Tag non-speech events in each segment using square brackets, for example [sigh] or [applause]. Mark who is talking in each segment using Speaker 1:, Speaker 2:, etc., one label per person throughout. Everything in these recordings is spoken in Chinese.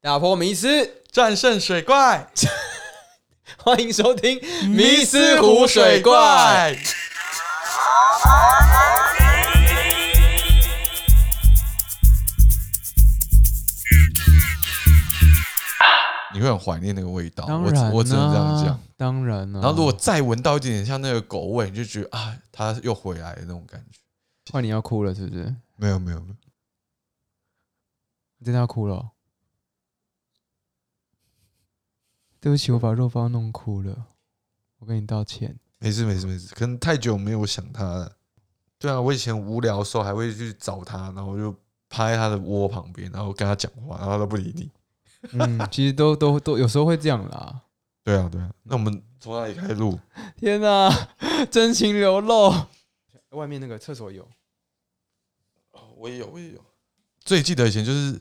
Speaker 1: 打破迷思，
Speaker 2: 战胜水怪，
Speaker 1: 欢迎收听《迷失湖水怪》。。
Speaker 2: 你会很怀念那个味道，
Speaker 1: 当
Speaker 2: 我只
Speaker 1: 然、啊
Speaker 2: 我只能这样讲。，
Speaker 1: 当然啊了、
Speaker 2: 然后如果再闻到一点点像那个狗味，你就觉得啊，它又回来了那种感觉。
Speaker 1: 换你要哭了，是不是？
Speaker 2: 没有没有没有，
Speaker 1: 你真的要哭了哦、对不起，我把肉包弄哭了，我跟你道歉。
Speaker 2: 没事没事没事，可能太久没有想它了。对啊，我以前无聊的时候还会去找它，然后就趴在它的窝旁边，然后跟它讲话，然后它都不理你。
Speaker 1: [laughs] 嗯，其实都都都有时候会这样啦。
Speaker 2: 对啊对啊，那我们从哪里开始录？
Speaker 1: 天哪、 [laughs] 真情流露。外面那个厕所有，
Speaker 2: 哦，我也有，我也有。最记得以前就是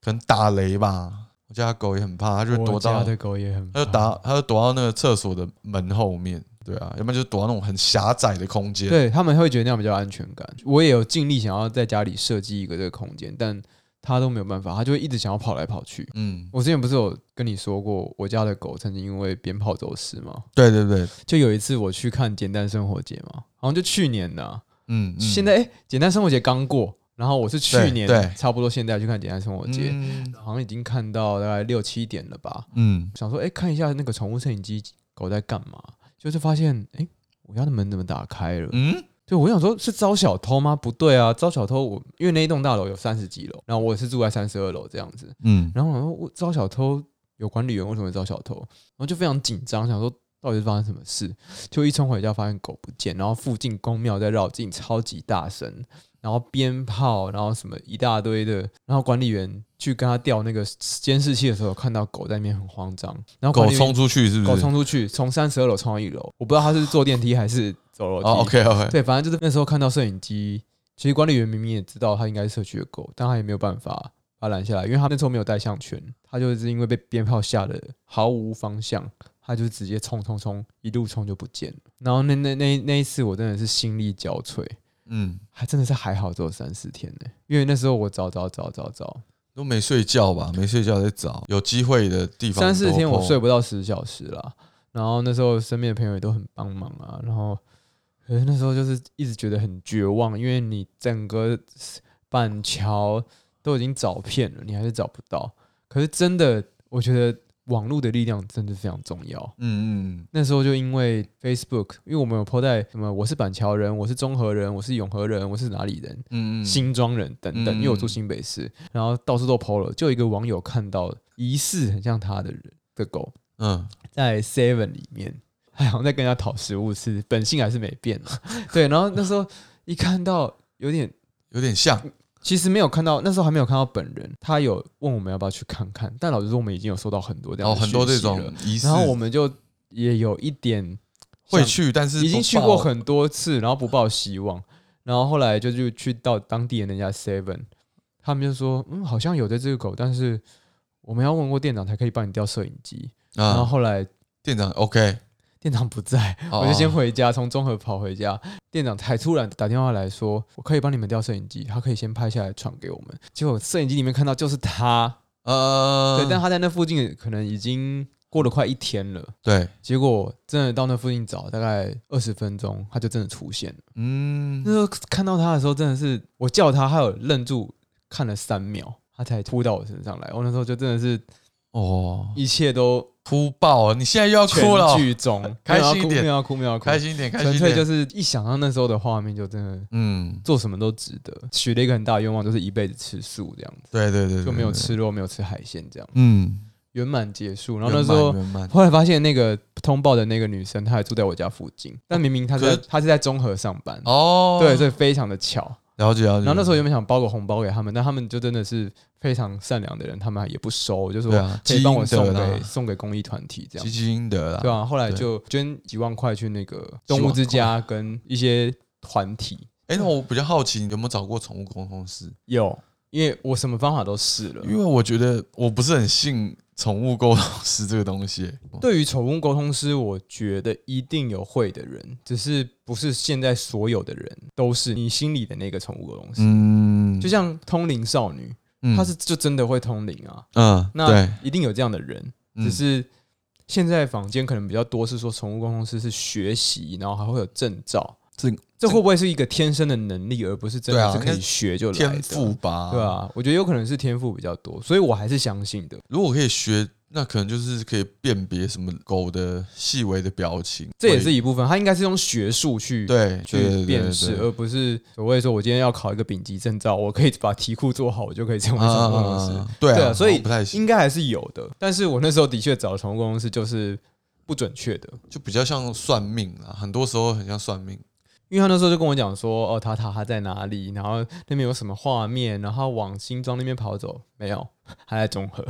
Speaker 2: 可能打雷吧，我家狗也很怕，它就躲
Speaker 1: 我家
Speaker 2: 到，
Speaker 1: 的狗也很怕，
Speaker 2: 它就打，它就躲到那个厕所的门后面，对啊，要不然就是躲到那种很狭窄的空间。
Speaker 1: 对他们会觉得那样比较安全感。我也有尽力想要在家里设计一个这个空间，但他都没有办法，他就会一直想要跑来跑去。
Speaker 2: 嗯，
Speaker 1: 我之前不是有跟你说过，我家的狗曾经因为鞭炮走失吗？
Speaker 2: 对对对，
Speaker 1: 就有一次我去看简单生活节嘛，好像就去年的啊、
Speaker 2: 嗯，嗯
Speaker 1: 现在哎、诶简单生活节刚过，然后我是去
Speaker 2: 对
Speaker 1: 年
Speaker 2: 对
Speaker 1: 差不多现在去看简单生活节，
Speaker 2: 嗯
Speaker 1: 好像已经看到大概六七点了吧。
Speaker 2: 嗯，
Speaker 1: 想说，哎、看一下那个宠物摄影机狗在干嘛，就是发现，哎、我家的门怎么打开了？
Speaker 2: 嗯，
Speaker 1: 对，我想说，是招小偷吗？不对啊，招小偷我，因为那一栋大楼有三十几楼，然后我是住在三十二楼这样子，
Speaker 2: 嗯，
Speaker 1: 然后我想说我招小偷，有管理员为什么会招小偷？然后就非常紧张，想说到底是发生什么事？就一冲回家发现狗不见，然后附近公庙在绕境，超级大声，然后鞭炮，然后什么一大堆的，然后管理员去跟他调那个监视器的时候，看到狗在那边很慌张，然后管
Speaker 2: 狗
Speaker 1: 理员
Speaker 2: 冲出去是不
Speaker 1: 狗
Speaker 2: 是？
Speaker 1: 冲出去，从三十二楼冲到一楼，我不知道他是坐电梯还是走楼梯。
Speaker 2: 哦，OK OK，
Speaker 1: 对，反正就是那时候看到摄影机，其实管理员明明也知道他应该是社区的狗，但他也没有办法把它拦下来，因为他那时候没有带项圈，他就是因为被鞭炮吓得毫无方向，他就直接冲冲冲，一路冲就不见了。然后那那那那一次我真的是心力交瘁，
Speaker 2: 嗯，
Speaker 1: 还真的是还好只有三四天呢、因为那时候我找找找找找，
Speaker 2: 都没睡觉吧？没睡觉在找，有机会的地方
Speaker 1: 三四
Speaker 2: 多
Speaker 1: 天我
Speaker 2: 碰
Speaker 1: 睡不到十小时啦。然后那时候身边的朋友也都很帮忙啊，然后可是那时候就是一直觉得很绝望，因为你整个板桥都已经找遍了，你还是找不到。可是真的，我觉得网络的力量真的非常重要。
Speaker 2: 嗯嗯
Speaker 1: 那时候就因为 Facebook，因为我们有 po 在什么我是板桥人，我是中和人，我是永和人，我是哪里人，
Speaker 2: 嗯嗯，
Speaker 1: 新庄人等等，
Speaker 2: 嗯
Speaker 1: 因为我住新北市，然后到处都 PO 了，就有一个网友看到疑似很像他的人的狗
Speaker 2: 嗯
Speaker 1: 在 Seven 里面，还好像在跟人家讨食物吃，本性还是没变啊 [laughs] 对，然后那时候一看到有点，
Speaker 2: 有点像，
Speaker 1: 其实没有看到，那时候还没有看到本人，他有问我们要不要去看看，但老实说我们已经有收到很多这
Speaker 2: 然
Speaker 1: 样的
Speaker 2: 后哦很多
Speaker 1: 讯
Speaker 2: 这
Speaker 1: 息
Speaker 2: 种
Speaker 1: 了，
Speaker 2: 仪式
Speaker 1: 然后我们就也有一点
Speaker 2: 会
Speaker 1: 想
Speaker 2: 去，但是啊
Speaker 1: 已经
Speaker 2: 不
Speaker 1: 去
Speaker 2: 报
Speaker 1: 过很多次，然后不抱希望，然后后来就就去到当地的那家 Seven，他们就说，嗯，好像有这只狗，但是我们要问过店长才可以帮你调摄影机。然后
Speaker 2: 啊，
Speaker 1: 后来
Speaker 2: 店长 OK，
Speaker 1: 店长不在，
Speaker 2: 哦
Speaker 1: 我就先回家，从中和跑回家。店长才突然打电话来说，我可以帮你们调摄影机，他可以先拍下来传给我们。结果摄影机里面看到就是他，
Speaker 2: 呃
Speaker 1: 对，，但他在那附近可能已经过了快一天了。
Speaker 2: 对，
Speaker 1: 结果真的到那附近找，大概二十分钟，他就真的出现了。那
Speaker 2: 嗯，
Speaker 1: 时候看到他的时候，真的是我叫他，他有愣住，看了三秒，他才扑到我身上来。我那时候就真的是
Speaker 2: 哦，
Speaker 1: 一切都
Speaker 2: 哭爆了！你现在又要
Speaker 1: 全
Speaker 2: 哭了，哦
Speaker 1: 剧
Speaker 2: [laughs]
Speaker 1: 终，
Speaker 2: 开心一点
Speaker 1: 没有要哭，没有要哭，没有要
Speaker 2: 开
Speaker 1: 哭，
Speaker 2: 心一点，开心
Speaker 1: 纯
Speaker 2: 一
Speaker 1: 粹就
Speaker 2: 点，
Speaker 1: 是一想到那时候的画面，就真的
Speaker 2: 嗯，
Speaker 1: 做什么都值得。许了一个很大的愿望，就是一辈子吃素这样子，
Speaker 2: 对对对，对
Speaker 1: 就没有，
Speaker 2: 对
Speaker 1: 吃肉，没有吃海鲜，这样
Speaker 2: 嗯，
Speaker 1: 圆满结束。然
Speaker 2: 然
Speaker 1: 后那时候。
Speaker 2: 圆满，
Speaker 1: 后来发现那个通报的那个女生，她还住在我家附近，但明明她在
Speaker 2: 可
Speaker 1: 她是在中和上班，
Speaker 2: 哦，
Speaker 1: 对，所以非常的巧。
Speaker 2: 了解了
Speaker 1: 然
Speaker 2: 解。
Speaker 1: 后那时候原本想包个红包给他们，但他们就真的是非常善良的人，他们也不收，我就
Speaker 2: 对
Speaker 1: 说
Speaker 2: 啊，
Speaker 1: 可以帮我
Speaker 2: 积阴
Speaker 1: 送
Speaker 2: 德啦
Speaker 1: 给送给公益团体这样
Speaker 2: 积，积阴德啦，
Speaker 1: 对啊，后来
Speaker 2: 对
Speaker 1: 就捐几万块去那个动物之家跟一些团体，
Speaker 2: 哎，那我比较好奇，你有没有找过宠物沟通师？
Speaker 1: 有，因为我什么方法都试了。
Speaker 2: 因为我觉得我不是很信宠物沟通师这个东西。
Speaker 1: 对于宠物沟通师，我觉得一定有会的人，只是不是现在所有的人都是你心里的那个宠物沟通师。
Speaker 2: 嗯，
Speaker 1: 就像通灵少女，
Speaker 2: 嗯
Speaker 1: 他是就真的会通灵啊。
Speaker 2: 嗯，
Speaker 1: 那
Speaker 2: 对，
Speaker 1: 一定有这样的人，只
Speaker 2: 嗯
Speaker 1: 是现在坊间可能比较多是说宠物沟通师是学习，然后还会有证照。
Speaker 2: 这
Speaker 1: 这会不会是一个天生的能力，而不是真
Speaker 3: 对
Speaker 1: 的
Speaker 3: 啊
Speaker 1: 是可
Speaker 3: 应
Speaker 1: 以
Speaker 3: 该
Speaker 1: 学就来的
Speaker 3: 天赋？吧？
Speaker 1: 对，啊，我觉得有可能是天赋比较多，所以我还是相信的。
Speaker 2: 如果可以学，那可能就是可以辨别什么狗的细微的表情，
Speaker 1: 这也是
Speaker 2: 会
Speaker 1: 一部分，他应该是用学术去
Speaker 2: 对对
Speaker 1: 去
Speaker 2: 对
Speaker 1: 辨
Speaker 2: 对
Speaker 1: 识，
Speaker 2: 对
Speaker 1: 而不是所谓说我今天要考一个丙级证照，我可以把题库做好，我就可以成为
Speaker 2: 啊啊
Speaker 1: 宠物
Speaker 2: 啊
Speaker 1: 沟
Speaker 2: 啊
Speaker 1: 通师。
Speaker 2: 啊对
Speaker 1: 对
Speaker 2: 啊，
Speaker 1: 啊，所
Speaker 2: 好
Speaker 1: 以
Speaker 2: 像不太行，
Speaker 1: 应该还是有的。但是我那时候的确找宠物沟通师就是不准确的，
Speaker 2: 就比较像算命啊，很多时候很像算命，
Speaker 1: 因为他那时候就跟我讲说，哦，塔塔他在哪里，然后那边有什么画面，然后往新庄那边跑走，没有， [laughs] 他在中和，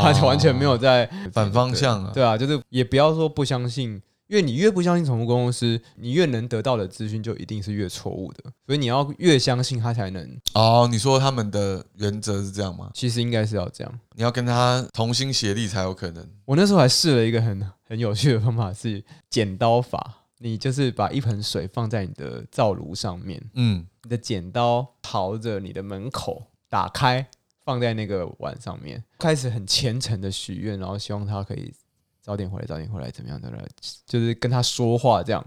Speaker 1: [laughs] 他就完全没有在
Speaker 2: 反方向啊，
Speaker 1: 对啊，就是也不要说不相信，因为你越不相信宠物公司，你越能得到的资讯就一定是越错误的，所以你要越相信它才能。
Speaker 2: 哦，你说他们的原则是这样吗？
Speaker 1: 其实应该是要这样。
Speaker 2: 你要跟他同心协力才有可能。
Speaker 1: 我那时候还试了一个很 [laughs] 很有趣的方法，是剪刀法。你就是把一盆水放在你的灶炉上面，
Speaker 2: 嗯，
Speaker 1: 你的剪刀朝着你的门口打开，放在那个碗上面，开始很虔诚的许愿，然后希望他可以早点回来，早点回来，怎么样怎么样，就是跟他说话这样。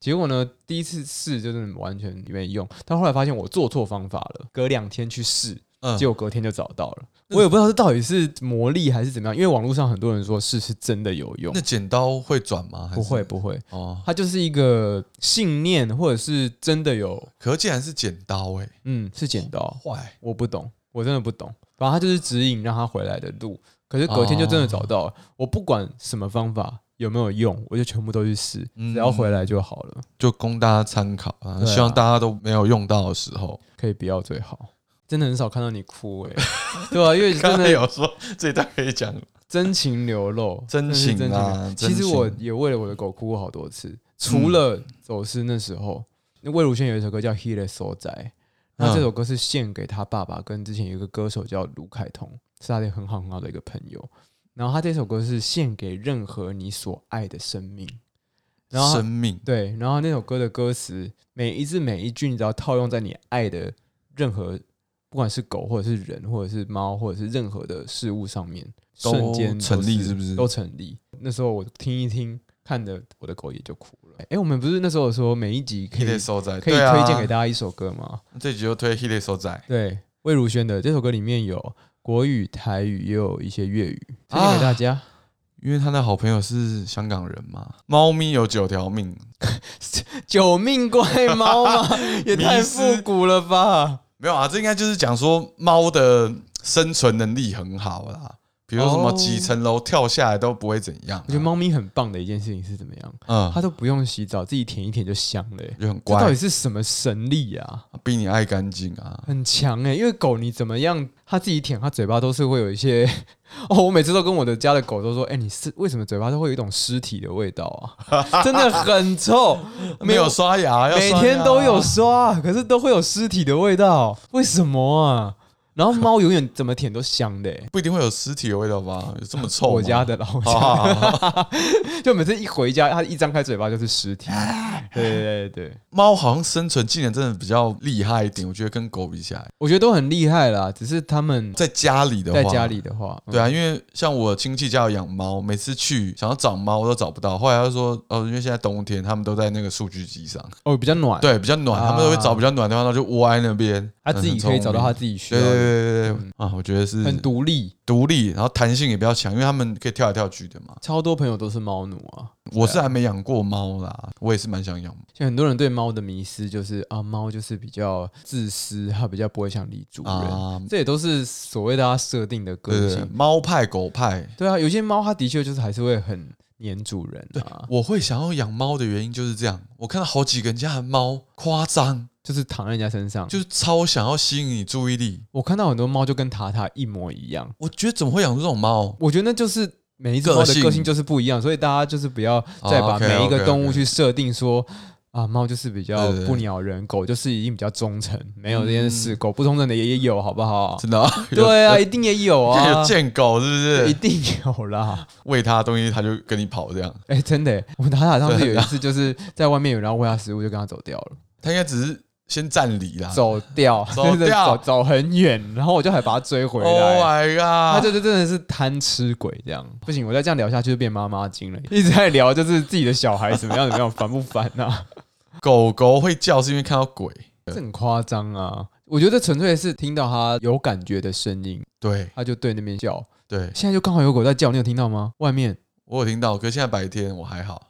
Speaker 1: 结果呢，第一次试就是完全没用，但后来发现我做错方法了，隔两天去试，
Speaker 2: 嗯
Speaker 1: 结果隔天就找到了。我也不知道这到底是魔力还是怎么样，因为网络上很多人说试是真的有用
Speaker 2: 那，剪刀会转吗？还是
Speaker 1: 不会不会，
Speaker 2: 哦。
Speaker 1: 它就是一个信念，或者是真的有，
Speaker 2: 可竟然是剪刀哎、
Speaker 1: 嗯，是剪刀。
Speaker 2: 坏
Speaker 1: 我不懂，我真的不懂。反正他就是指引让他回来的路，可是隔天就真的找到了。我不管什么方法有没有用，我就全部都去试，
Speaker 2: 嗯
Speaker 1: 只要回来就好了，
Speaker 2: 就供大家参考啊，
Speaker 1: 对啊
Speaker 2: 希望大家都没有用到的时候。
Speaker 1: 可以不要最好。真的很少看到你哭诶、对啊，因为
Speaker 2: 刚
Speaker 1: [laughs] 真
Speaker 2: 才
Speaker 1: 的
Speaker 2: 有说这一段可以讲，
Speaker 1: 真情流露，
Speaker 2: 真
Speaker 1: 是
Speaker 2: 情
Speaker 1: 真流
Speaker 2: 啊
Speaker 1: 其实
Speaker 2: 真情
Speaker 1: 我也为了我的狗哭过好多次，除了走失那时候，那魏如萱有一首歌叫《He 的所在》，
Speaker 2: 嗯
Speaker 1: 那这首歌是献给他爸爸，跟之前有一个歌手叫卢凯彤，是他的很好很好的一个朋友。然后他这首歌是献给任何你所爱的生命，然后
Speaker 2: 生命
Speaker 1: 对，然后那首歌的歌词每一字每一句，你只要套用在你爱的任何，不管是狗或者是人，或者是猫，或者是任何的事物上面，
Speaker 2: 都
Speaker 1: 瞬间都
Speaker 2: 成立是不是
Speaker 1: 都成立。那时候我听一听，看的我的狗也就哭了。哎，我们不是那时候有说每一集可
Speaker 2: ，Hit
Speaker 1: 以
Speaker 2: t 收仔
Speaker 1: 可以推荐给大家一首歌吗？
Speaker 2: 家，啊这集就推 Hit t 收仔
Speaker 1: 对，魏如萱的这首歌里面有国语、台语，也有一些粤语，推荐给大家。
Speaker 2: 因为他的好朋友是香港人嘛。猫咪有九条命，
Speaker 1: [laughs] 九命怪猫 [laughs] 吗？也太
Speaker 2: 迷
Speaker 1: 复
Speaker 2: 失
Speaker 1: 古了 [laughs] 吧！
Speaker 2: 没有啊，这应该就是讲说猫的生存能力很好啦。比如说什么
Speaker 1: 哦
Speaker 2: 几层楼跳下来都不会怎样啊、
Speaker 1: 我觉得猫咪很棒的一件事情是怎么样？
Speaker 2: 嗯，
Speaker 1: 它都不用洗澡，自己舔一舔就香了、欸。
Speaker 2: 就很
Speaker 1: 这到底
Speaker 2: 乖，
Speaker 1: 是什么神力啊？
Speaker 2: 比你爱干净啊。
Speaker 1: 很强哎、因为狗你怎么样，它自己舔，它嘴巴都是会有一些。 [laughs] 哦，我每次都跟我的家的狗都说，哎、你是为什么嘴巴都会有一种尸体的味道啊？ [laughs] 真的很
Speaker 2: [laughs]
Speaker 1: 臭，
Speaker 2: 没有刷牙，要啊
Speaker 1: 每
Speaker 2: 刷
Speaker 1: 天
Speaker 2: 牙
Speaker 1: 都有刷，可是都会有尸体的味道，为什么啊？然后猫永远怎么舔都香的、
Speaker 2: [laughs]
Speaker 1: 欸。
Speaker 2: 不一定会有尸体的味道吧？有这么臭吗？
Speaker 1: 我家的啦，我
Speaker 2: [laughs] 好，
Speaker 1: 家
Speaker 2: 好好好
Speaker 1: [laughs] 就每次一回家，它一张开嘴巴就是尸
Speaker 2: [laughs]
Speaker 1: 体。对对对对。
Speaker 2: 猫好像生存技能真的比较厉害一点，我觉得跟狗比起来，
Speaker 1: 我觉得都很厉害啦，只是他们
Speaker 2: 在家里的话，
Speaker 1: 在家里的话，嗯
Speaker 2: 对啊，因为像我亲戚家有养猫，每次去想要找猫都找不到，后来他说哦，因为现在冬天，他们都在那个数据机上，
Speaker 1: 哦比较暖，，
Speaker 2: 对，比较暖，
Speaker 1: 啊
Speaker 2: 他们都会找比较暖的地方，然后就窝在那边，
Speaker 1: 他自己可以找到他自
Speaker 2: 己。
Speaker 1: 己需
Speaker 2: 对
Speaker 1: 要
Speaker 2: 对
Speaker 1: 的，
Speaker 2: 对对对啊！我觉得是
Speaker 1: 嗯很独立。
Speaker 2: 独立，然后弹性也比较强，因为他们可以跳来跳去的嘛。
Speaker 1: 超多朋友都是猫奴啊，
Speaker 2: 我是还没养过猫啦，我也是蛮想养
Speaker 1: 像很多人对猫的迷思就是啊，猫就是比较自私，它比较不会想理主人，
Speaker 2: 啊。
Speaker 1: 这也都是所谓大家设定的
Speaker 2: 对
Speaker 1: 个
Speaker 2: 对对，
Speaker 1: 性。
Speaker 2: 猫派狗派，
Speaker 1: 对啊，有些猫它的确就是还是会很黏主人啊，
Speaker 2: 我会想要养猫的原因就是这样。我看到好几个人家的猫夸张，
Speaker 1: 就是躺在人家身上。
Speaker 2: 就
Speaker 1: 就是
Speaker 2: 超想要吸引你注意力。
Speaker 1: 我看到很多猫就跟塔塔一模一样，
Speaker 2: 我觉得怎么会养出这种猫？
Speaker 1: 我觉得那就是每一只猫
Speaker 2: 个
Speaker 1: 的
Speaker 2: 性哦
Speaker 1: 个性就是不一样，所以大家就是不要再把
Speaker 2: OK，
Speaker 1: 每一个
Speaker 2: OK，OK
Speaker 1: 动物去设定说。啊，猫就是比较
Speaker 2: 对对对
Speaker 1: 不鸟人，狗就是一定比较忠诚，没有这件事。狗不忠诚的也也有，好不好？
Speaker 2: 真的、啊？ [laughs]
Speaker 1: 对啊，一定也有
Speaker 2: 有，
Speaker 1: 啊
Speaker 2: 有，贱狗是不
Speaker 1: 一
Speaker 2: 是？
Speaker 1: 定有啦。
Speaker 2: [laughs] 喂它东西它就跟你跑这样，
Speaker 1: 哎、真的欸，我们塔塔上次有一次就是在外面有人要喂它食物，就跟它走掉了。
Speaker 2: 它应该只是先站离啦。
Speaker 1: 走掉，
Speaker 2: 啊走
Speaker 1: 真的
Speaker 2: 掉
Speaker 1: [laughs] 走走很远，然后我就还把他追回
Speaker 2: Oh
Speaker 1: 来。
Speaker 2: my
Speaker 1: 他
Speaker 2: god！
Speaker 1: 这这真的是贪吃鬼，这样不行，我再这样聊下去就变妈妈经了， [laughs] 一直在聊就是自己的小孩怎么样怎么样，烦不烦啊？
Speaker 2: 狗狗会叫是因为看到鬼，
Speaker 1: [laughs] 这很夸张啊！我觉得纯粹是听到他有感觉的声音，
Speaker 2: 对
Speaker 1: 他就对那边叫。
Speaker 2: 对，
Speaker 1: 现在就刚好有狗在叫，你有听到吗？外面
Speaker 2: 我有听到，可是现在白天我还好。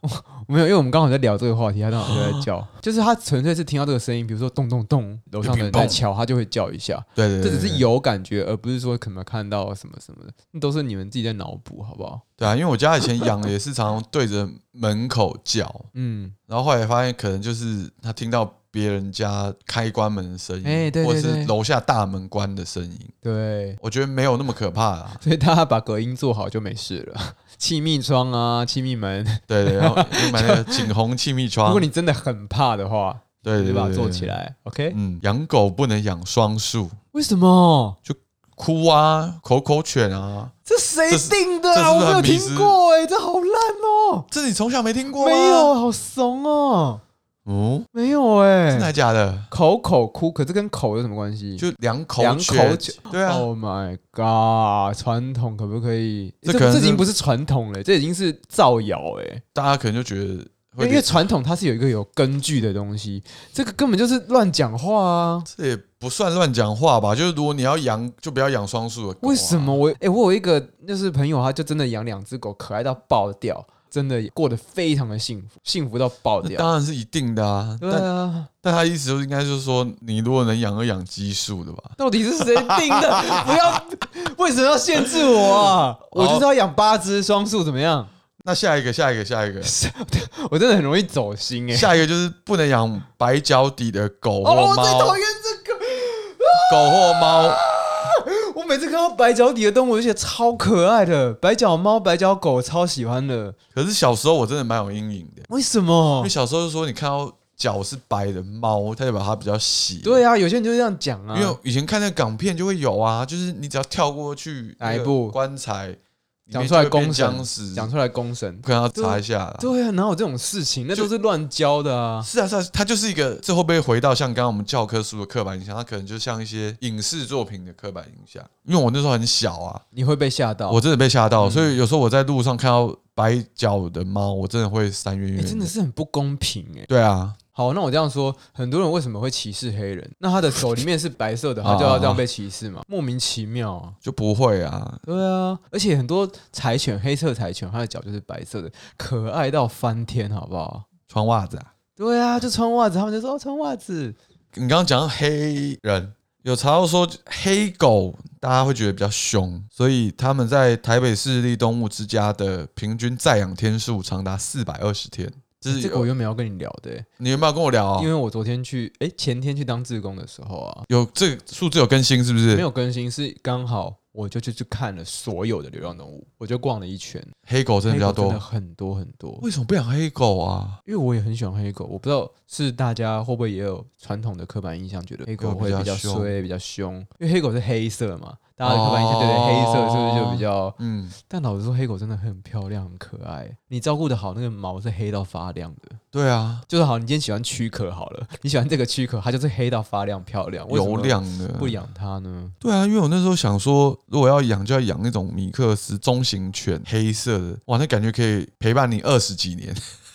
Speaker 1: 没有，因为我们刚好在聊这个话题，他刚好就在 [laughs] 叫，就是他纯粹是听到这个声音，比如说咚咚咚，楼上的人在敲，他就会叫一下。
Speaker 2: 对对，
Speaker 1: 这
Speaker 2: 对
Speaker 1: 只是
Speaker 2: 对
Speaker 1: 有感觉，而不是说可能看到什么什么的，那都是你们自己在脑补，好不好？
Speaker 2: 对啊，因为我家以前养的也是常常对着门口叫，
Speaker 1: 嗯，
Speaker 2: 然后后来发现可能就是他听到别人家开关门的声音，
Speaker 1: 哎对对
Speaker 2: 或者
Speaker 1: 对
Speaker 2: 是楼下大门关的声音，
Speaker 1: 对，。
Speaker 2: 我觉得没有那么可怕啦
Speaker 1: 所以大家把隔音做好就没事了。气密窗啊，气密门，
Speaker 2: 对对，然后就买那个景洪气密
Speaker 1: [laughs]
Speaker 2: 窗，
Speaker 1: 如果你真的很怕的话，
Speaker 2: 对
Speaker 1: 你
Speaker 2: 对
Speaker 1: 就
Speaker 2: 对
Speaker 1: 把它
Speaker 2: 对对
Speaker 1: 做起。来。OK？
Speaker 2: 嗯，养狗不能养双数，
Speaker 1: 为什么？
Speaker 2: 哭啊，口口犬啊，
Speaker 1: 这谁
Speaker 2: 这是
Speaker 1: 定的
Speaker 2: 这
Speaker 1: 啊？我
Speaker 2: 是不是
Speaker 1: 没有
Speaker 2: 很迷
Speaker 1: 听
Speaker 2: 失啊
Speaker 1: 过哎、这好烂哦、
Speaker 2: 这你从小没听过吗？
Speaker 1: 没有，，好怂哦、
Speaker 2: 嗯，
Speaker 1: 没有哎、
Speaker 2: 真的还假的？
Speaker 1: 口口哭，可这跟口有什么关系？
Speaker 2: 就两口
Speaker 1: 两口
Speaker 2: 犬
Speaker 1: 犬，
Speaker 2: 对啊，
Speaker 1: Oh my god！传统可不可以？
Speaker 2: 这
Speaker 1: 这
Speaker 2: 可能
Speaker 1: 这
Speaker 2: 是
Speaker 1: 已经不是传统了，这已经是造谣哎、
Speaker 2: 大家可能就觉得会
Speaker 1: 因为
Speaker 2: 被，
Speaker 1: 传统它是有一个有根据的东西，这个根本就是乱讲话啊！
Speaker 2: 这也不算乱讲话吧？就是如果你要养，就不要养双数的狗啊
Speaker 1: 为什么？我哎、我有一个就是朋友，他就真的养两只狗，可爱到爆掉，真的过得非常的幸福，幸福到爆
Speaker 2: 那
Speaker 1: 掉。
Speaker 2: 当然是一定的啊，
Speaker 1: 对
Speaker 2: 但
Speaker 1: 啊，
Speaker 2: 但他意思就应该就是说，你如果能养，就养奇数的吧？
Speaker 1: 到底是谁定的？
Speaker 2: [laughs]
Speaker 1: 不要，为什么要限制我啊？
Speaker 2: 哦
Speaker 1: 我就是要养八只双数，怎么样？
Speaker 2: 那下一个，下一个，下一个，
Speaker 1: 我真的很容易走心哎、
Speaker 2: 下一个就是不能养白脚底的狗
Speaker 1: 哦，
Speaker 2: 或
Speaker 1: 我最
Speaker 2: 猫，
Speaker 1: 讨厌这个。
Speaker 2: 狗或猫，
Speaker 1: 我每次看到白脚底的动物，我就觉得超可爱的，白脚猫、白脚狗超喜欢的。
Speaker 2: 可是小时候我真的蛮有阴影的，
Speaker 1: 为什
Speaker 2: 因
Speaker 1: 么
Speaker 2: 为？小时候就说你看到脚是白的猫，它代表它比较血。
Speaker 1: 对啊，有些人就这样讲啊。
Speaker 2: 因为以前看那个港片就会有啊，就是你只要跳过去
Speaker 1: 哪一部
Speaker 2: 棺材，
Speaker 1: 讲出来公
Speaker 2: 僵
Speaker 1: 审
Speaker 2: 尸，，
Speaker 1: 讲出来公审。
Speaker 2: 可能要查一下啦。
Speaker 1: 对啊，哪有这种事情？那
Speaker 2: 就
Speaker 1: 都是乱教的啊。
Speaker 2: 是啊，是啊，它就是一个，这会不会回到像刚刚我们教科书的刻板印象？它可能就像一些影视作品的刻板印象。因为我那时候很小啊，
Speaker 1: 你会被吓到。
Speaker 2: 我真的被吓到，
Speaker 1: 嗯
Speaker 2: 所以有时候我在路上看到白脚的猫，我真的会三冤
Speaker 1: 哎、
Speaker 2: 冤。
Speaker 1: 真的是很不公平哎、
Speaker 2: 对啊，
Speaker 1: 好，那我这样说，很多人为什么会歧视黑人？那他的手里面是白色 [laughs] 的，他就要这样被歧视嘛？莫名其妙啊！
Speaker 2: 就不会啊，
Speaker 1: 对啊，而且很多柴犬，黑色柴犬，它的脚就是白色的，可爱到翻天，好不好？
Speaker 2: 穿袜子啊。
Speaker 1: 对啊，就穿袜子，他们就说、哦、穿袜子。
Speaker 2: 你刚刚讲到黑人，有查到说黑狗大家会觉得比较凶，所以他们在台北市立动物之家的平均在养天数长达四百二十天。这是
Speaker 1: 这个我
Speaker 2: 有
Speaker 1: 原本要跟你聊的、欸
Speaker 2: 你有没有跟我聊、啊
Speaker 1: 因？为我昨天去，哎、前天去当志工的时候啊，
Speaker 2: 有这个数字有更新是不是？
Speaker 1: 没有更新，是刚好我就去去看了所有的流浪动物，我就逛了一圈，
Speaker 2: 黑狗真的比较
Speaker 1: 黑狗
Speaker 2: 多
Speaker 1: 真的。很多很多。
Speaker 2: 为什么不养黑狗啊？
Speaker 1: 因为我也很喜欢黑狗，我不知道是大家会不会也有传统的刻板印象，觉得黑狗会比
Speaker 2: 比较
Speaker 1: 较
Speaker 2: 凶
Speaker 1: 衰、比较凶，因为黑狗是黑色嘛，大家的刻板印象觉得黑色是不是就比较？
Speaker 2: 嗯，
Speaker 1: 但老实说，黑狗真的很漂亮、很可爱，你照顾的好，那个毛是黑到发亮的。
Speaker 2: 对啊，
Speaker 1: 就是好，你今天喜欢躯壳好了，你喜欢这个躯壳，它就是黑到发亮漂亮，为什么
Speaker 2: 油亮的
Speaker 1: 不。养它呢？
Speaker 2: 对啊，因为我那时候想说，如果要养就要养那种米克斯中型犬，黑色的，哇，那感觉可以陪伴你二十几年，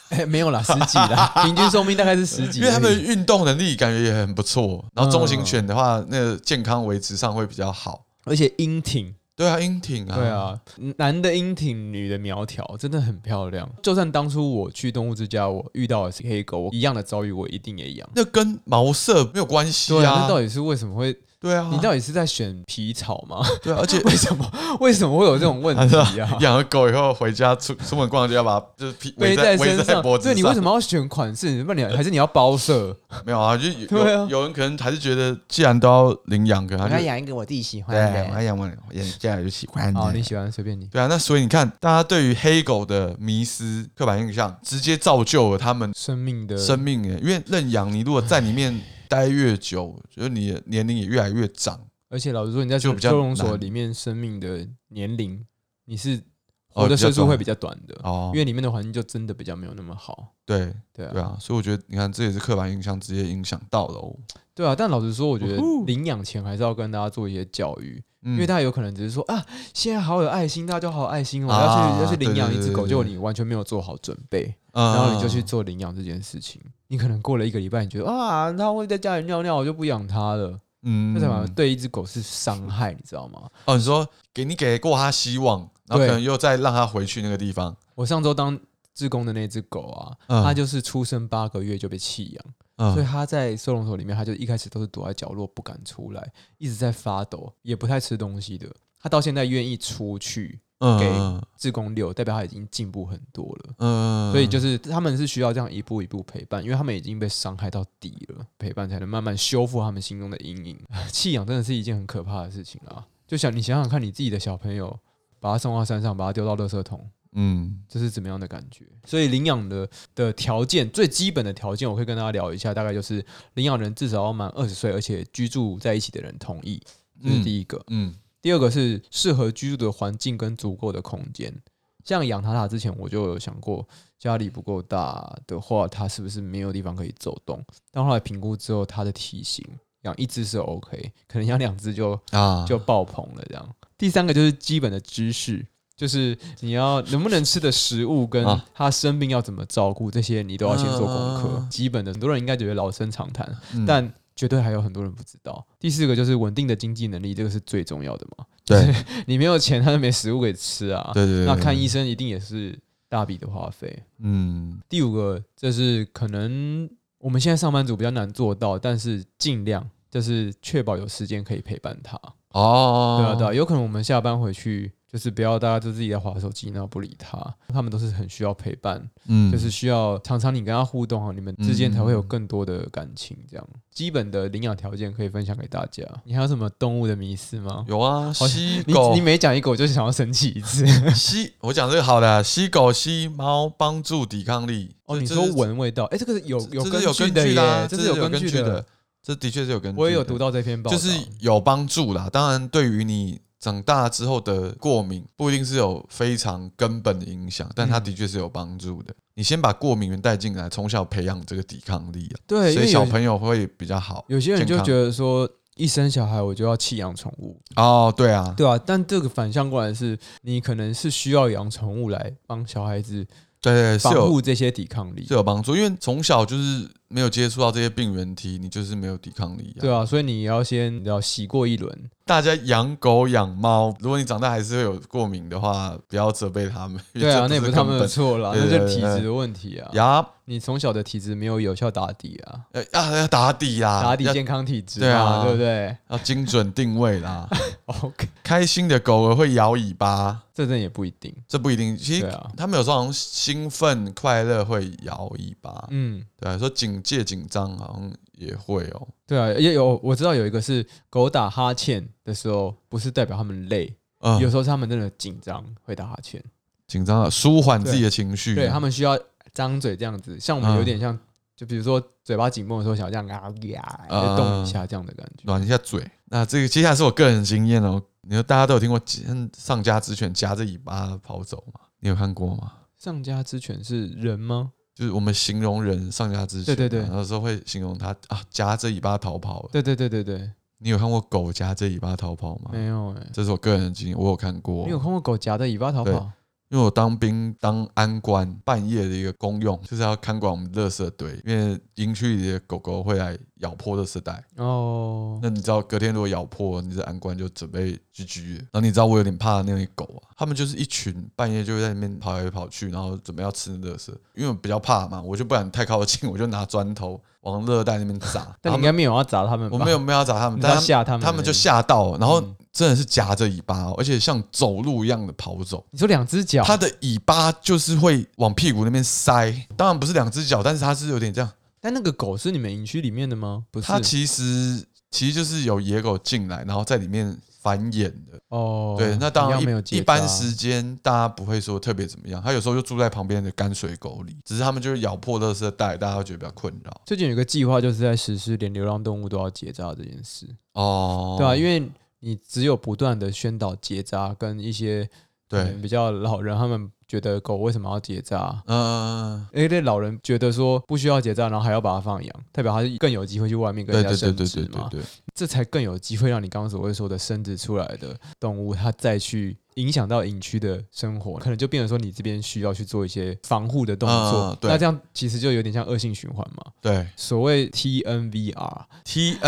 Speaker 1: 哎、 [laughs] 没有啦，十几
Speaker 2: [laughs]
Speaker 1: 啦，平均寿命大概是十几
Speaker 2: 因
Speaker 1: 而已，
Speaker 2: 为它们运动能力感觉也很不错。然后中型
Speaker 1: 嗯
Speaker 2: 犬的话，那个健康维持上会比较好。
Speaker 1: 而且英挺，
Speaker 2: 对啊，英挺啊，
Speaker 1: 对，啊，男的英挺，女的苗条，真的很漂亮。就算当初我去动物之家，我遇到的是黑狗，我一样的遭遇，我一定也养。
Speaker 2: 那跟毛色没有关系
Speaker 1: 对啊，
Speaker 2: 啊
Speaker 1: 那。到底是为什么会？
Speaker 2: 对啊，
Speaker 1: 你到底是在选皮草吗？ [laughs]
Speaker 2: 对啊，而且？
Speaker 1: 为什么为什么会有这种问题啊
Speaker 2: [laughs] 养了狗以后回家出出门逛街，要把它就是披
Speaker 1: [laughs] 背
Speaker 2: 围在围
Speaker 1: 身
Speaker 2: 在
Speaker 1: 上，
Speaker 2: 脖子
Speaker 1: 对
Speaker 2: 上。
Speaker 1: 你为什么要选款式？那你还是你要包
Speaker 2: [laughs]
Speaker 1: 色？
Speaker 2: 没有啊，就有
Speaker 1: 对啊
Speaker 2: 有有人可能还是觉得，既然都要领养，可能他就
Speaker 1: 养一个我自己喜欢
Speaker 2: 对，我养我养家就喜欢
Speaker 1: 哦，你
Speaker 2: 的。
Speaker 1: 喜欢随便你。
Speaker 2: 对啊，那所以你看，大家对于黑狗的迷思、刻板印象，直接造就了他们
Speaker 1: 生命的
Speaker 2: 生命耶。因为认养，你如果在里面待越久，就是你的年龄也越来越长。
Speaker 1: 而且老实说，你在
Speaker 2: 就
Speaker 1: 收
Speaker 2: 比较
Speaker 1: 收容所
Speaker 2: 难
Speaker 1: 里面生命的年龄，你是我
Speaker 2: 哦
Speaker 1: 的
Speaker 2: 比较
Speaker 1: 岁数会
Speaker 2: 短
Speaker 1: 比较短的，
Speaker 2: 哦
Speaker 1: 因，为里面的环境就真的比较没有那么好。
Speaker 2: 对
Speaker 1: 对
Speaker 2: 对
Speaker 1: 啊，
Speaker 2: 啊，所以我觉得你看这也是刻板印象直接影响到了哦，
Speaker 1: 对啊。但老实说，我觉得
Speaker 2: 呜呼嗯
Speaker 1: 领养前还是要跟大家做一些教育，
Speaker 2: 因
Speaker 1: 因为大家有可能只是说啊，现在好有爱心，大家就好有爱心哦，
Speaker 2: 啊
Speaker 1: 要去要去
Speaker 2: 对
Speaker 1: 领养
Speaker 2: 对
Speaker 1: 一只
Speaker 2: 对
Speaker 1: 狗，
Speaker 2: 对啊
Speaker 1: 结果你完全没有做好准备。
Speaker 2: 然
Speaker 1: 然后你就去做领养这件事情。你可能过了一个礼拜，你觉得啊，它会在家里尿尿，我就不养它了。
Speaker 2: 嗯
Speaker 1: 那才嘛，对一只狗是伤害，你知道吗？
Speaker 2: 哦，你说给你给过他希望，然后可
Speaker 1: 对
Speaker 2: 能又再让他回去那个地方，
Speaker 1: 我上周当志工的那只狗啊，
Speaker 2: 嗯
Speaker 1: 它就是出生八个月就被弃养，所以
Speaker 2: 嗯，
Speaker 1: 它在收容所里面，它就一开始都是躲在角落不敢出来，一直在发抖，也不太吃东西的。它到现在愿意出去
Speaker 2: 嗯
Speaker 1: 给
Speaker 2: 嗯
Speaker 1: 志工遛，代表它已经进步很多了。
Speaker 2: 嗯，
Speaker 1: 所以就是是他们是需要这样一步一步陪伴，因为他们已经被伤害到底了，陪伴才能慢慢修复他们心中的阴影。 [laughs] 弃养真的是一件很可怕的事情啊！就想你想想看，你自己的小朋友把他送到山上，把他丢到垃圾桶，
Speaker 2: 嗯
Speaker 1: 这是怎么样的感觉？所以领养的的条件，最基本的条件，我可以跟大家聊一下，大概就是领养人至少要满二十岁，而且居住在一起的人同意，这是第一个。
Speaker 2: 嗯
Speaker 1: 第二个是适合居住的环境跟足够的空间。像养塔塔之前，我就有想过，家里不够大的话，它是不是没有地方可以走动？但后来评估之后，它的体型养一只是 OK，可能养两只就
Speaker 2: 啊，
Speaker 1: 就爆棚了。这样，第三个就是基本的知识，就是你要能不能吃的食物，跟
Speaker 2: 啊
Speaker 1: 它生病要怎么照顾，这些你都要先做功课
Speaker 2: 啊。
Speaker 1: 基本的，很多人应该觉得老生常谈，
Speaker 2: 嗯
Speaker 1: 但绝对还有很多人不知道。第四个就是稳定的经济能力，这个是最重要的嘛。
Speaker 2: 对
Speaker 1: 你没有钱，他就没食物给吃啊。
Speaker 2: 对对，对
Speaker 1: 那看医，生一定也是大笔的花费。
Speaker 2: 嗯
Speaker 1: 第五个，这是可能我们现在上班族比较难做到，但是尽量就是确保有时间可以陪伴他。
Speaker 2: 哦，
Speaker 1: 对啊，对啊，有可能我们下班回去。就是不要大家就自己在划手机，然后不理他，他们都是很需要陪伴，
Speaker 2: 嗯，
Speaker 1: 就是需要常常你跟他互动哈，你们之间才会有更多的感情。这样基本的领养条件可以分享给大家。你还有什么动物的迷思吗？
Speaker 2: 有啊，
Speaker 1: 好
Speaker 2: 吸
Speaker 1: 你
Speaker 2: 狗
Speaker 1: 你每讲一个，我就想要生气一
Speaker 2: [laughs]
Speaker 1: 次。
Speaker 2: 吸，我讲这个好的啊，吸狗吸猫帮助抵抗力。
Speaker 1: 哦，
Speaker 2: 这
Speaker 1: 你
Speaker 2: 这
Speaker 1: 说
Speaker 2: 是
Speaker 1: 闻味道，哎、这个是有
Speaker 2: 这这
Speaker 1: 根
Speaker 2: 是有
Speaker 1: 据
Speaker 2: 根
Speaker 1: 的
Speaker 2: 据
Speaker 1: 耶，
Speaker 2: 的啊，
Speaker 1: 这
Speaker 2: 是
Speaker 1: 是有
Speaker 2: 有
Speaker 1: 根
Speaker 2: 据
Speaker 1: 的。，
Speaker 2: 这的确是有根据。
Speaker 1: 我也有读，到这篇报道，
Speaker 2: 就是有帮助啦。当然，对于你长大之后的过敏，不一定是有非常根本的影响，但它
Speaker 1: 嗯
Speaker 2: 的确是有帮助的。你先把过敏源带进来，从小培养这个抵抗力啊，
Speaker 1: 对，因
Speaker 2: 所以
Speaker 1: 为
Speaker 2: 小
Speaker 1: 有
Speaker 2: 朋友会比较好。
Speaker 1: 有些人就
Speaker 2: 健康
Speaker 1: 觉得说，一生小孩我就要弃养宠物，
Speaker 2: 哦，对啊，
Speaker 1: 对啊，但这个反向过来是，你可能是需要养宠物来帮小孩子
Speaker 2: 对对是
Speaker 1: 防
Speaker 2: 有
Speaker 1: 护这些抵抗力
Speaker 2: 是，有帮助，因为从小就是没有接触到这些病原体，你就是没有抵抗力、啊。
Speaker 1: 对啊，所以你要先你要洗过一轮，
Speaker 2: 大家养狗养猫，如果你长大还是会有过敏的话，不要责备他们。因为
Speaker 1: 对啊，
Speaker 2: [laughs] 这
Speaker 1: 那也不
Speaker 2: 不
Speaker 1: 是他们的
Speaker 2: 根
Speaker 1: 错啦，
Speaker 2: 对
Speaker 1: 那
Speaker 2: 对
Speaker 1: 就是
Speaker 2: 对
Speaker 1: 体
Speaker 2: 对
Speaker 1: 质的问题啊
Speaker 2: 本。，呀，
Speaker 1: 你从小的体质没有有效打底啊，
Speaker 2: 要要要打底啦，
Speaker 1: 打底
Speaker 2: 啊要
Speaker 1: 健康体质
Speaker 2: 对啊
Speaker 1: 嘛，对不对 [laughs]
Speaker 2: 要精准定位啦。 [laughs]
Speaker 1: ？OK，
Speaker 2: 开心的狗儿会摇尾巴，
Speaker 1: 这真的也不一定，
Speaker 2: 这不一定。其
Speaker 1: 对
Speaker 2: 实
Speaker 1: 啊，
Speaker 2: 他们有时候好像兴奋快乐会摇尾巴，
Speaker 1: 嗯。
Speaker 2: 对啊，说警戒紧张好像也会哦。
Speaker 1: 对啊，也有我知道有一个是狗打哈欠的时候，不是代表他们累，有
Speaker 2: 嗯，
Speaker 1: 时候是他们真的紧张会打哈欠，
Speaker 2: 紧张啊，舒缓自己的情绪啊。
Speaker 1: 对他们需要张嘴这样子，像我们
Speaker 2: 嗯
Speaker 1: 有点像，就比如说嘴巴紧绷的时候想要这样啊呀，就动一下这样的感觉。
Speaker 2: 暖一下嘴。那这个接下来是我个人经验哦，你说大家都有听过上家之犬夹着尾巴跑走嘛？你有看过吗？
Speaker 1: 上家之犬是人吗？
Speaker 2: 就是我们形容人上家之犬啊，
Speaker 1: 对对对
Speaker 2: 有时候会形容它啊夹着尾巴逃跑了。
Speaker 1: 对对对对对，
Speaker 2: 你有看过狗夹着尾巴逃跑吗？
Speaker 1: 没有哎、
Speaker 2: 这是我个人的经验，我有看过
Speaker 1: 你。有看过狗夹着尾巴逃跑？
Speaker 2: 因为我当兵当安官，半夜的一个公用就是要看管我们垃圾堆，因为营区里的狗狗会来咬破垃圾袋。
Speaker 1: 哦，
Speaker 2: 那你知道隔天如果咬破，你这安官就准备 GG 了。然后你知道我有点怕那些狗啊，他们就是一群半夜就会在那边跑来跑去，然后准备要吃垃圾。因为我比较怕嘛，我就不敢太靠近， [laughs] 我就拿砖头往垃圾袋那边砸。
Speaker 1: [laughs] 但你
Speaker 2: 他
Speaker 1: 应
Speaker 2: 们
Speaker 1: 该没有要砸他们吧？
Speaker 2: 我没有，没有要砸他们，
Speaker 1: 你
Speaker 2: 但
Speaker 1: 要
Speaker 2: 他们
Speaker 1: 吓他们，
Speaker 2: 他们
Speaker 1: 对
Speaker 2: 就
Speaker 1: 不对。
Speaker 2: 吓到，然后
Speaker 1: 嗯
Speaker 2: 真的是夹着尾巴哦，而且像走路一样的跑走。
Speaker 1: 你说两只脚，
Speaker 2: 它的尾巴就是会往屁股那边塞，当然不是两只脚，但是它是有点这样。
Speaker 1: 但那个狗是你们营区里面的吗？不是
Speaker 2: 它其实其实就是有野狗进来，然后在里面繁衍的。
Speaker 1: 哦，
Speaker 2: 对，那当
Speaker 1: 一
Speaker 2: 然
Speaker 1: 样没有
Speaker 2: 一
Speaker 1: 结
Speaker 2: 一般
Speaker 1: 扎
Speaker 2: 时间大家不会说特别怎么样，它有时候就住在旁边的泔水沟里，只是他们就是咬破垃圾袋，大家会觉得比较困扰。
Speaker 1: 最近有一个计划，就是在实施连流浪动物都要结扎这件事，
Speaker 2: 哦，
Speaker 1: 啊对啊，因为你只有不断的宣导结扎跟一些可
Speaker 2: 对
Speaker 1: 能，比较老人他们觉得狗为什么要结扎？
Speaker 2: 嗯，
Speaker 1: 因为老人觉得说不需要结扎，然后还要把它放养，代表他是更有机会去外面跟
Speaker 2: 对
Speaker 1: 人
Speaker 2: 对
Speaker 1: 家
Speaker 2: 对
Speaker 1: 生
Speaker 2: 对
Speaker 1: 殖
Speaker 2: 对
Speaker 1: 嘛
Speaker 2: 对，对，
Speaker 1: 这才更有机会让你刚刚所谓说的生殖出来的动物，它再去影响到营区的生活，可能就变成说你这边需要去做一些防护的动作。
Speaker 2: 啊对
Speaker 1: 那这样其实就有点像恶性循环嘛。
Speaker 2: 对
Speaker 1: 所谓 TNVR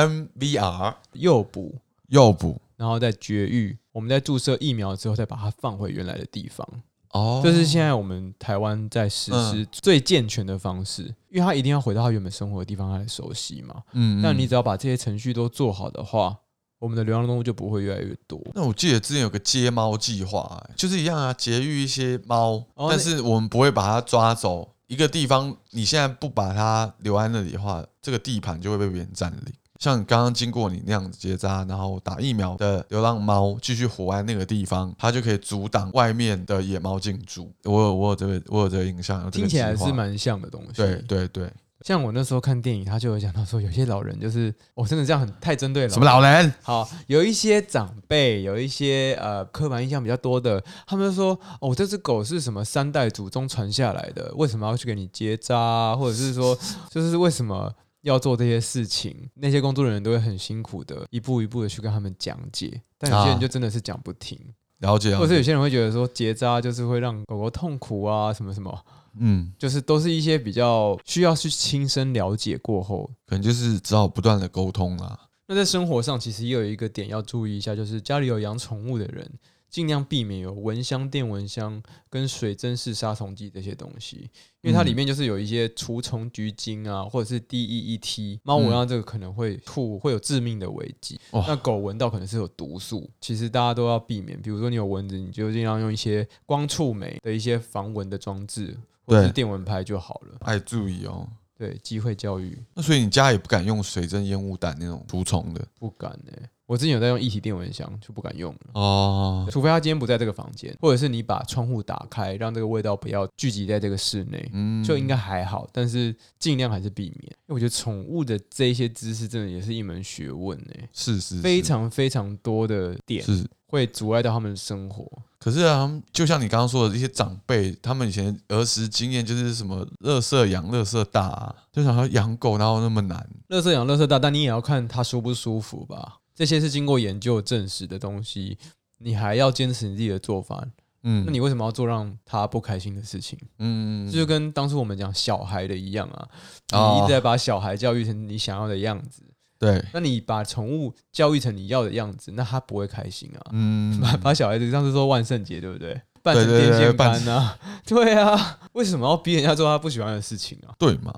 Speaker 2: ，TNVR
Speaker 1: 诱捕，
Speaker 2: 诱捕
Speaker 1: 然后再绝育，我们在注射疫苗之后再把它放回原来的地方。
Speaker 2: 哦，嗯
Speaker 1: 这是现在我们台湾在实施最健全的方式，因为它一定要回到它原本生活的地方，它来熟悉嘛。
Speaker 2: 嗯，嗯
Speaker 1: 那你只要把这些程序都做好的话，我们的流浪动物就不会越来越多。
Speaker 2: 那我记得之前有个接猫计划、欸就是一样啊，节育一些猫，
Speaker 1: 哦
Speaker 2: 但
Speaker 1: 那
Speaker 2: 是我们不会把它抓走。一个地方你现在不把它留在那里的话，这个地盘就会被别人占领。像你刚刚经过你那样子结扎，然后打疫苗的流浪猫继续活在那个地方，它就可以阻挡外面的野猫进驻。我有我有这个我有这个印象，有这个
Speaker 1: 听起来
Speaker 2: 计划
Speaker 1: 是蛮像的东西。
Speaker 2: 对，对对，
Speaker 1: 像我那时候看电影，他就有讲到说，有些老人就是，我、真的这样很太针对了。
Speaker 2: 什么老人？
Speaker 1: 好，有一些长辈，有一些呃刻板印象比较多的，他们就说，哦，这只狗是什么三代祖宗传下来的，为什么要去给你结扎啊，或者是
Speaker 2: [laughs]
Speaker 1: 说，就是为什么？要做这些事情，那些工作人员都会很辛苦的，一步一步的去跟他们讲解。但有些
Speaker 2: 啊
Speaker 1: 人就真的是讲不听，
Speaker 2: 了解，
Speaker 1: 或
Speaker 2: 啊了
Speaker 1: 者是有
Speaker 2: 解。
Speaker 1: 些人会觉得说结扎就是会让狗狗痛苦啊，什么什么。
Speaker 2: 嗯，
Speaker 1: 就是都是一些比较需要去亲身了解过后。
Speaker 2: 可能就是只好不断的沟通啦。
Speaker 1: 那在生活上，其实也有一个点要注意一下，就是家里有养宠物的人，尽量避免有蚊香、电蚊香跟水蒸式杀虫剂这些东西，因为它
Speaker 2: 嗯
Speaker 1: 里面就是有一些除虫菊精啊，或者是 DEET。猫闻
Speaker 2: 嗯哦
Speaker 1: 到这个可能会吐，会有致命的危机。
Speaker 2: 哇
Speaker 1: 那狗闻到可能是有毒素，其实大家都要避免。比如说你有蚊子，你就尽量用一些光触媒的一些防蚊的装置，或者
Speaker 2: 对
Speaker 1: 是电蚊拍就好了。
Speaker 2: 哎，注意哦。
Speaker 1: 对，机会教育
Speaker 2: 那所以你家也不敢用水蒸烟雾弹那种除虫的
Speaker 1: 不敢呢、我之前有在用一体电蚊香，就不敢用了。
Speaker 2: 哦。
Speaker 1: 除非他今天不在这个房间，或者是你把窗户打开，让这个味道不要聚集在这个室内，
Speaker 2: 嗯
Speaker 1: 就应该还好。但是尽量还是避免，因为我觉得宠物的这一些知识真的也是一门学问呢、
Speaker 2: 是是是
Speaker 1: 非常非常多的点
Speaker 2: 是。
Speaker 1: 会阻碍到他们的生活。
Speaker 2: 可是啊，他们就像你刚刚说的，一些长辈他们以前儿时经验就是什么“乐色养，乐色大、啊”，就想说养狗哪有那么难？
Speaker 1: 乐色养乐色大，但你也要看它舒不舒服吧。这些是经过研究证实的东西，你还要坚持你自己的做法，
Speaker 2: 嗯，
Speaker 1: 那你为什么要做让他不开心的事情？
Speaker 2: 嗯，
Speaker 1: 这就跟当初我们讲小孩的一样啊，
Speaker 2: 哦
Speaker 1: 你一直在把小孩教育成你想要的样子，
Speaker 2: 对，
Speaker 1: 那你把宠物教育成你要的样子，那他不会开心啊。 [laughs]
Speaker 2: 嗯，
Speaker 1: 把把小孩子上次说万圣节对不对？扮
Speaker 2: 对
Speaker 1: 成
Speaker 2: 对
Speaker 1: 电
Speaker 2: 对
Speaker 1: 线
Speaker 2: 扮
Speaker 1: 杆啊， [laughs] 对啊，为什么要逼人家做他不喜欢的事情
Speaker 2: [laughs]
Speaker 1: 啊？
Speaker 2: 对嘛？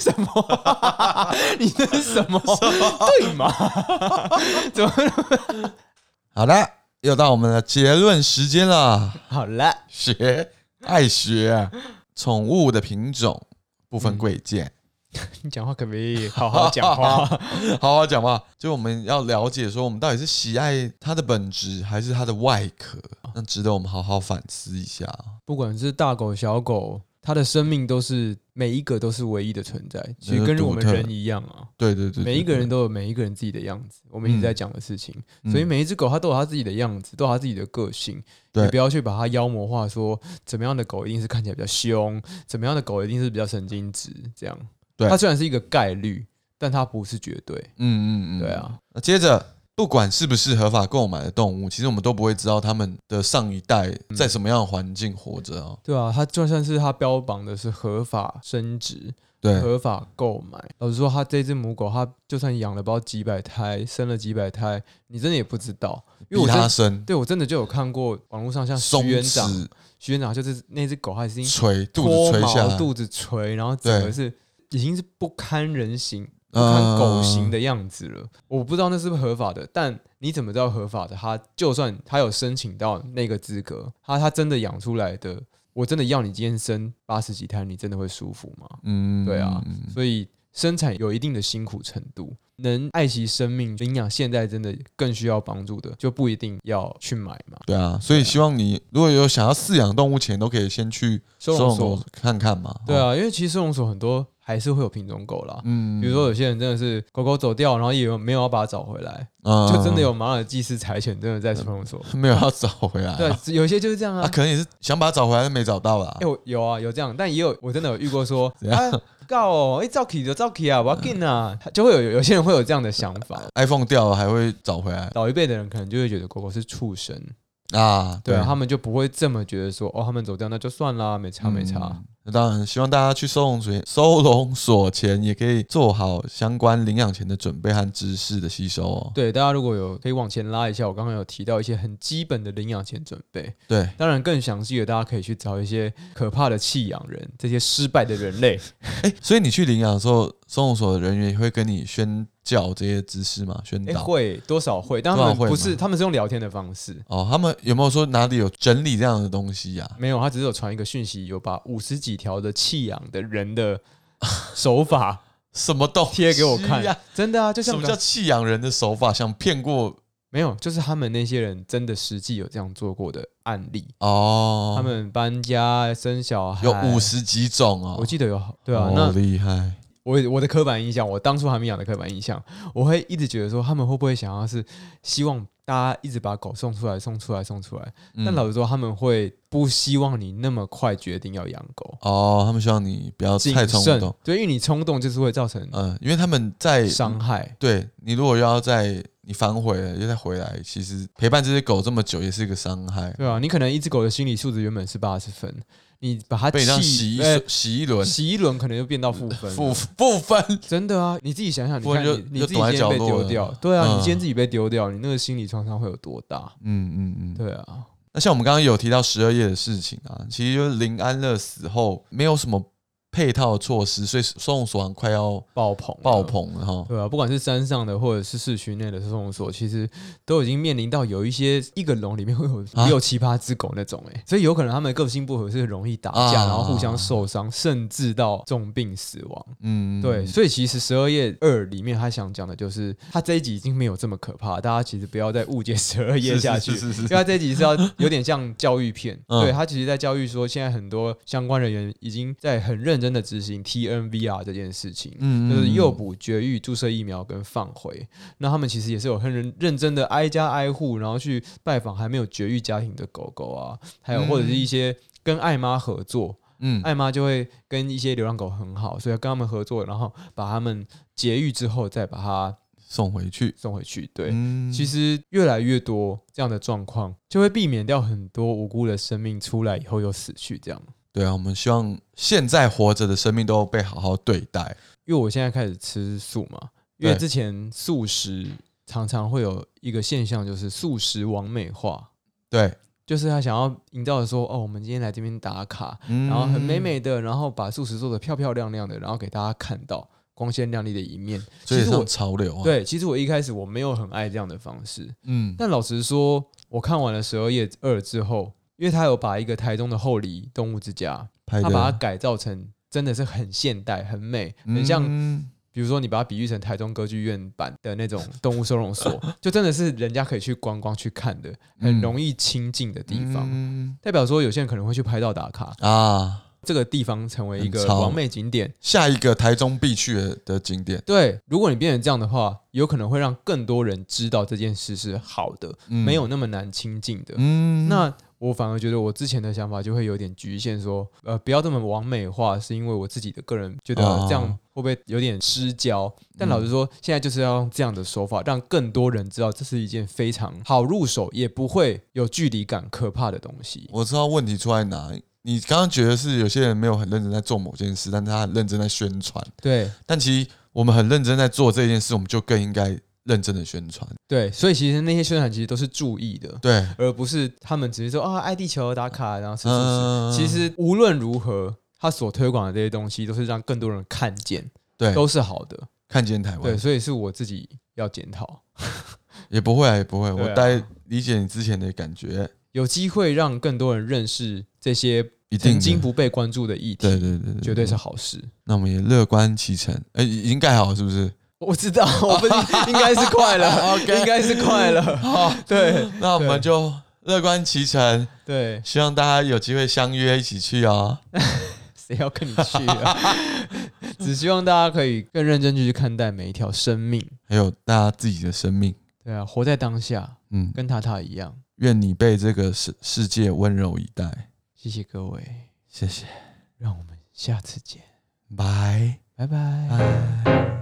Speaker 1: 什么？ [laughs] 你那是什
Speaker 2: [laughs]
Speaker 1: 么？对吗？ [laughs] 怎么 [laughs] 那么
Speaker 2: 好了，又到我们的结论时间啦。
Speaker 1: 好了？
Speaker 2: 学爱学啊，宠物的品种不
Speaker 1: 嗯
Speaker 2: 分贵贱。
Speaker 1: 你讲话可不可以好好讲
Speaker 2: [laughs]
Speaker 1: 话？
Speaker 2: 好好讲话，就我们要了解说，我们到底是喜爱它的本质，还是它的外壳？
Speaker 1: 哦
Speaker 2: 那值得我们好好反思一下。
Speaker 1: 不管是大狗小狗，它的生命都是每一个都是唯一的存在，其实跟我们人一样啊，
Speaker 2: 对对对嗯
Speaker 1: 每一个人都有每一个人自己的样子，我们一直在讲的事情，所以每一只狗它都有它自己的样子，都有它自己的个性，
Speaker 2: 对
Speaker 1: 你不要去把它妖魔化说，怎么样的狗一定是看起来比较凶，怎么样的狗一定是比较神经质，这样，
Speaker 2: 对
Speaker 1: 它虽然是一个概率，但它不是绝对，
Speaker 2: 嗯嗯嗯，
Speaker 1: 对。啊，
Speaker 2: 那接着，不管是不是合法购买的动物，其实我们都不会知道它们的上一代
Speaker 1: 嗯
Speaker 2: 在什么样的环境活着啊。
Speaker 1: 对啊，它就算是它标榜的是合法生殖，
Speaker 2: 对，
Speaker 1: 合法购买。老实说，他这只母狗，它就算养了不知道几百胎，生了几百胎，你真的也不知道，因为我
Speaker 2: 比
Speaker 1: 真
Speaker 2: 它生
Speaker 1: 对我真的就有看过网络上像徐
Speaker 2: 松
Speaker 1: 院长，
Speaker 2: 弛
Speaker 1: 徐院长就是那只狗，它已经
Speaker 2: 垂肚
Speaker 1: 脱
Speaker 2: 子垂下
Speaker 1: 毛，
Speaker 2: 来，
Speaker 1: 肚子垂，然后整
Speaker 2: 对
Speaker 1: 个是已经是不堪人形、不
Speaker 2: 嗯
Speaker 1: 堪狗形的样子了。我不知道那是不是合法的，但你怎么知道合法的？它就算它有申请到那个资格，它它真的养出来的，我真的要你今天生八十几胎，你真的会舒服吗？
Speaker 2: 嗯，
Speaker 1: 对啊
Speaker 2: 嗯
Speaker 1: 所以生产有一定的辛苦程度，能爱惜生命，领养现在真的更需要帮助的，就不一定要去买嘛。
Speaker 2: 对啊，所以希望你如果有想要饲养动物前，都可以先去
Speaker 1: 收容所，
Speaker 2: 所
Speaker 1: 啊
Speaker 2: 看看嘛。
Speaker 1: 对啊，因为其实收容所很多还是会有品种狗啦。
Speaker 2: 嗯，
Speaker 1: 比如说有些人真的是狗狗走掉，然后也有没有要把它找回来，
Speaker 2: 嗯，
Speaker 1: 就真的有马尔济斯柴犬真的在收容所。
Speaker 2: 没有要找回来啊，
Speaker 1: 对，有一些就是这样
Speaker 2: 啊，
Speaker 1: 啊。
Speaker 2: 可能也是想把它找回来，但没找到吧
Speaker 1: 哎、？我有啊，有这样，但也有我真的有遇过说
Speaker 2: [laughs] 怎嗯
Speaker 1: 啊，告哦，哎、赵 K 就赵 K 啊，我要进啊，他就会有有些人会有这样的想法。
Speaker 2: iPhone 掉了还会找回来
Speaker 1: 老一辈的人可能就会觉得狗狗是畜生，
Speaker 2: 啊？
Speaker 1: 对啊，他们就不会这么觉得说哦，他们走掉那就算啦，没差没差。
Speaker 2: 嗯那当然，希望大家去收容所收容所前，也可以做好相关领养前的准备和知识的吸收哦。
Speaker 1: 对，大家如果有可以往前拉一下，我刚刚有提到一些很基本的领养前准备，
Speaker 2: 对，
Speaker 1: 当然更详细的大家可以去找一些可怕的弃养人，这些失败的人
Speaker 2: [laughs]
Speaker 1: 类。
Speaker 2: 哎、所以你去领养的时候，收容所的人员也会跟你宣教这些知识吗？宣
Speaker 1: 哎、
Speaker 2: 导？
Speaker 1: 会多少会，但
Speaker 2: 多
Speaker 1: 他
Speaker 2: 少
Speaker 1: 们
Speaker 2: 会
Speaker 1: 不是，
Speaker 2: 吗
Speaker 1: 他们是用聊天的方式。
Speaker 2: 哦，他们有没有说哪里有整理这样的东西啊呀、
Speaker 1: 没有，他只是有传一个讯息，有把五十几条的弃养的人
Speaker 2: [laughs]
Speaker 1: 的手法
Speaker 2: 什么东西、
Speaker 1: 贴给我看，
Speaker 2: 呀？
Speaker 1: 真的啊，就
Speaker 2: 什
Speaker 1: 像
Speaker 2: 么
Speaker 1: 刚
Speaker 2: 叫弃养人的手法？想骗过
Speaker 1: 没有，就是他们那些人真的实际有这样做过的案例，
Speaker 2: 哦？
Speaker 1: 他们搬家、生小孩，
Speaker 2: 有五，十几种哦，
Speaker 1: 我记得有好，对啊，
Speaker 2: 哦
Speaker 1: 那
Speaker 2: 厉害
Speaker 1: 我我的刻板印象，我当初还没养的刻板印象，我会一直觉得说他们会不会想要是希望大家一直把狗送出来、送出来、送出来，
Speaker 2: 嗯
Speaker 1: 但老实说，他们会不希望你那么快决定要养狗，
Speaker 2: 哦，他们希望你不要
Speaker 1: 谨
Speaker 2: 太冲
Speaker 1: 慎
Speaker 2: 动，，
Speaker 1: 对，因为你冲动就是会造成
Speaker 2: 嗯，因为他们在
Speaker 1: 伤害，
Speaker 2: 对你如果要在你反悔了又再回来，其实陪伴这只狗这么久也是一个伤害，
Speaker 1: 对啊，你可能一只狗的心理素质原本是八十分，你把它
Speaker 2: 被你这样洗
Speaker 1: 洗
Speaker 2: 一
Speaker 1: 呃
Speaker 2: 洗一轮，
Speaker 1: 洗一轮，可能就变到负分了，
Speaker 2: 负负
Speaker 1: [laughs]
Speaker 2: 分，
Speaker 1: 真的啊，你自己想想，你
Speaker 2: 不然
Speaker 1: 看
Speaker 2: 就
Speaker 1: 你你
Speaker 2: 就
Speaker 1: 自己
Speaker 2: 躲在
Speaker 1: 今天被
Speaker 2: 角落
Speaker 1: 丢
Speaker 2: 了
Speaker 1: 掉，对啊，
Speaker 2: 嗯
Speaker 1: 你今天自己被丢掉，你那个心理创伤会有多大？
Speaker 2: 嗯嗯嗯，
Speaker 1: 对啊，
Speaker 2: 那像我们刚刚有提到十二夜的事情啊，其实就是林安乐死后没有什么配套的措施，所以收容所很快要
Speaker 1: 爆棚，
Speaker 2: 爆。棚了哈。
Speaker 1: 对啊，不管是山上的或者是市区内的收容所，其实都已经面临到有一些一个笼里面会有
Speaker 2: 啊
Speaker 1: 六七八只狗那种哎、欸所以有可能他们个性不合是容易打架，
Speaker 2: 啊
Speaker 1: 然后互相受伤，甚至到重病死亡。
Speaker 2: 嗯，
Speaker 1: 对，所以其实《十二夜二》里面他想讲的就是，他这一集已经没有这么可怕，大家其实不要再误解《十二夜》下去，
Speaker 2: 是 [laughs] 是是是
Speaker 1: 因为他这一集是要有点像教育片，
Speaker 2: 嗯
Speaker 1: 对他其实在教育说，现在很多相关人员已经在很认真的执行 TNVR 这件事情，
Speaker 2: 嗯
Speaker 1: 就是诱
Speaker 2: 嗯
Speaker 1: 捕、绝育、注射疫苗跟放回。那他们其实也是有很认认真的挨家挨户，然后去拜访还没有绝育家庭的狗狗啊，还有或者是一些跟爱妈合作，
Speaker 2: 嗯
Speaker 1: 爱妈就会跟一些流浪狗很好，所以要跟他们合作，然后把他们绝育之后再把它
Speaker 2: 送回去。
Speaker 1: 送回去。对，
Speaker 2: 嗯
Speaker 1: 其实越来越多这样的状况，就会避免掉很多无辜的生命出来以后又死去这样。
Speaker 2: 对啊，我们希望现在活着的生命都被好好对待。
Speaker 1: 因为我现在开始吃素嘛，因为
Speaker 2: 对
Speaker 1: 之前素食常常会有一个现象，就是素食完美化，
Speaker 2: 对，
Speaker 1: 就是他想要营造的说，哦，我们今天来这边打卡，
Speaker 2: 嗯
Speaker 1: 然后很美。美的，然后把素食做的漂漂亮亮的，然后给大家看到光鲜亮丽的一面。
Speaker 2: 所以
Speaker 1: 其实我
Speaker 2: 上潮流啊，，
Speaker 1: 对，其实我一开始我没有很爱这样的方式，
Speaker 2: 嗯，
Speaker 1: 但老实说，我看完了《十二夜二》之后，因为他有把一个台中的后里动物之家，
Speaker 2: 拍
Speaker 1: 他
Speaker 2: 的
Speaker 1: 把它改造成真的是很现代、很美，很像、
Speaker 2: 嗯
Speaker 1: 比如说你把它比喻成台中歌剧院版的那种动物收容所，就真的是人家可以去观光去看的，很
Speaker 2: 嗯
Speaker 1: 容易亲近的地方。
Speaker 2: 嗯
Speaker 1: 代表说，有些人可能会去拍照打卡，
Speaker 2: 啊。
Speaker 1: 这个地方成为一个
Speaker 2: 很潮
Speaker 1: 完美景点。
Speaker 2: 下一个台中必去的的景点，
Speaker 1: 对，如果你变成这样的话，有可能会让更多人知道这件事是好的，
Speaker 2: 嗯
Speaker 1: 没有那么难亲近的。
Speaker 2: 嗯，
Speaker 1: 那我反而觉得我之前的想法就会有点局限说，呃，不要这么完美化，是因为我自己的个人觉得
Speaker 2: 哦
Speaker 1: 这样会不会有点失焦？但嗯老实说，现在就是要用这样的手法，让更多人知道这是一件非常好入手，也不会有距离感、可怕的东西。
Speaker 2: 我知道问题出在哪。你刚刚觉得是有些人没有很认真在做某件事，但是他很认真在宣传。
Speaker 1: 对
Speaker 2: 但其实我们很认真在做这件事，我们就更应该认真的宣传。
Speaker 1: 对，所以其实那些宣传其实都是注意的，
Speaker 2: 对，
Speaker 1: 而不是他们只是说啊爱地球打卡，然后是是是。
Speaker 2: 嗯，
Speaker 1: 其实无论如何，他所推广的这些东西都是让更多人看见，
Speaker 2: 对，
Speaker 1: 都是好的。
Speaker 2: 看见台
Speaker 1: 对，
Speaker 2: 湾
Speaker 1: 所以是我自己要检讨。
Speaker 2: 也不会啊，也不会。
Speaker 1: 对啊
Speaker 2: 我大概理解你之前的感觉，
Speaker 1: 有机会让更多人认识这些
Speaker 2: 一定
Speaker 1: 曾
Speaker 2: 的
Speaker 1: 经不被关注的议题，
Speaker 2: 对对对对，
Speaker 1: 绝对是好事。
Speaker 2: 那我们也乐观其成。哎，已经盖好了是不是？
Speaker 1: 我知道， [laughs] 我不应该是快
Speaker 2: [laughs]
Speaker 1: 乐，应该是快乐。
Speaker 2: 好，
Speaker 1: 对
Speaker 2: 那我
Speaker 1: 对
Speaker 2: 们就乐观其成，
Speaker 1: 对，
Speaker 2: 希啊望大家有机会相约一起去哦。
Speaker 1: 谁要跟你去啊？ [laughs] 只希望大家可以更认真地去看待每一条生命。
Speaker 2: 还有大家自己的生命。
Speaker 1: 对啊，活在当下，
Speaker 2: 嗯，
Speaker 1: 跟塔塔一样。
Speaker 2: 愿你被这个世世界温柔以待。
Speaker 1: 谢谢各位，
Speaker 2: 谢谢，
Speaker 1: 让我们下次见，
Speaker 2: 拜
Speaker 1: 拜拜。
Speaker 2: 拜。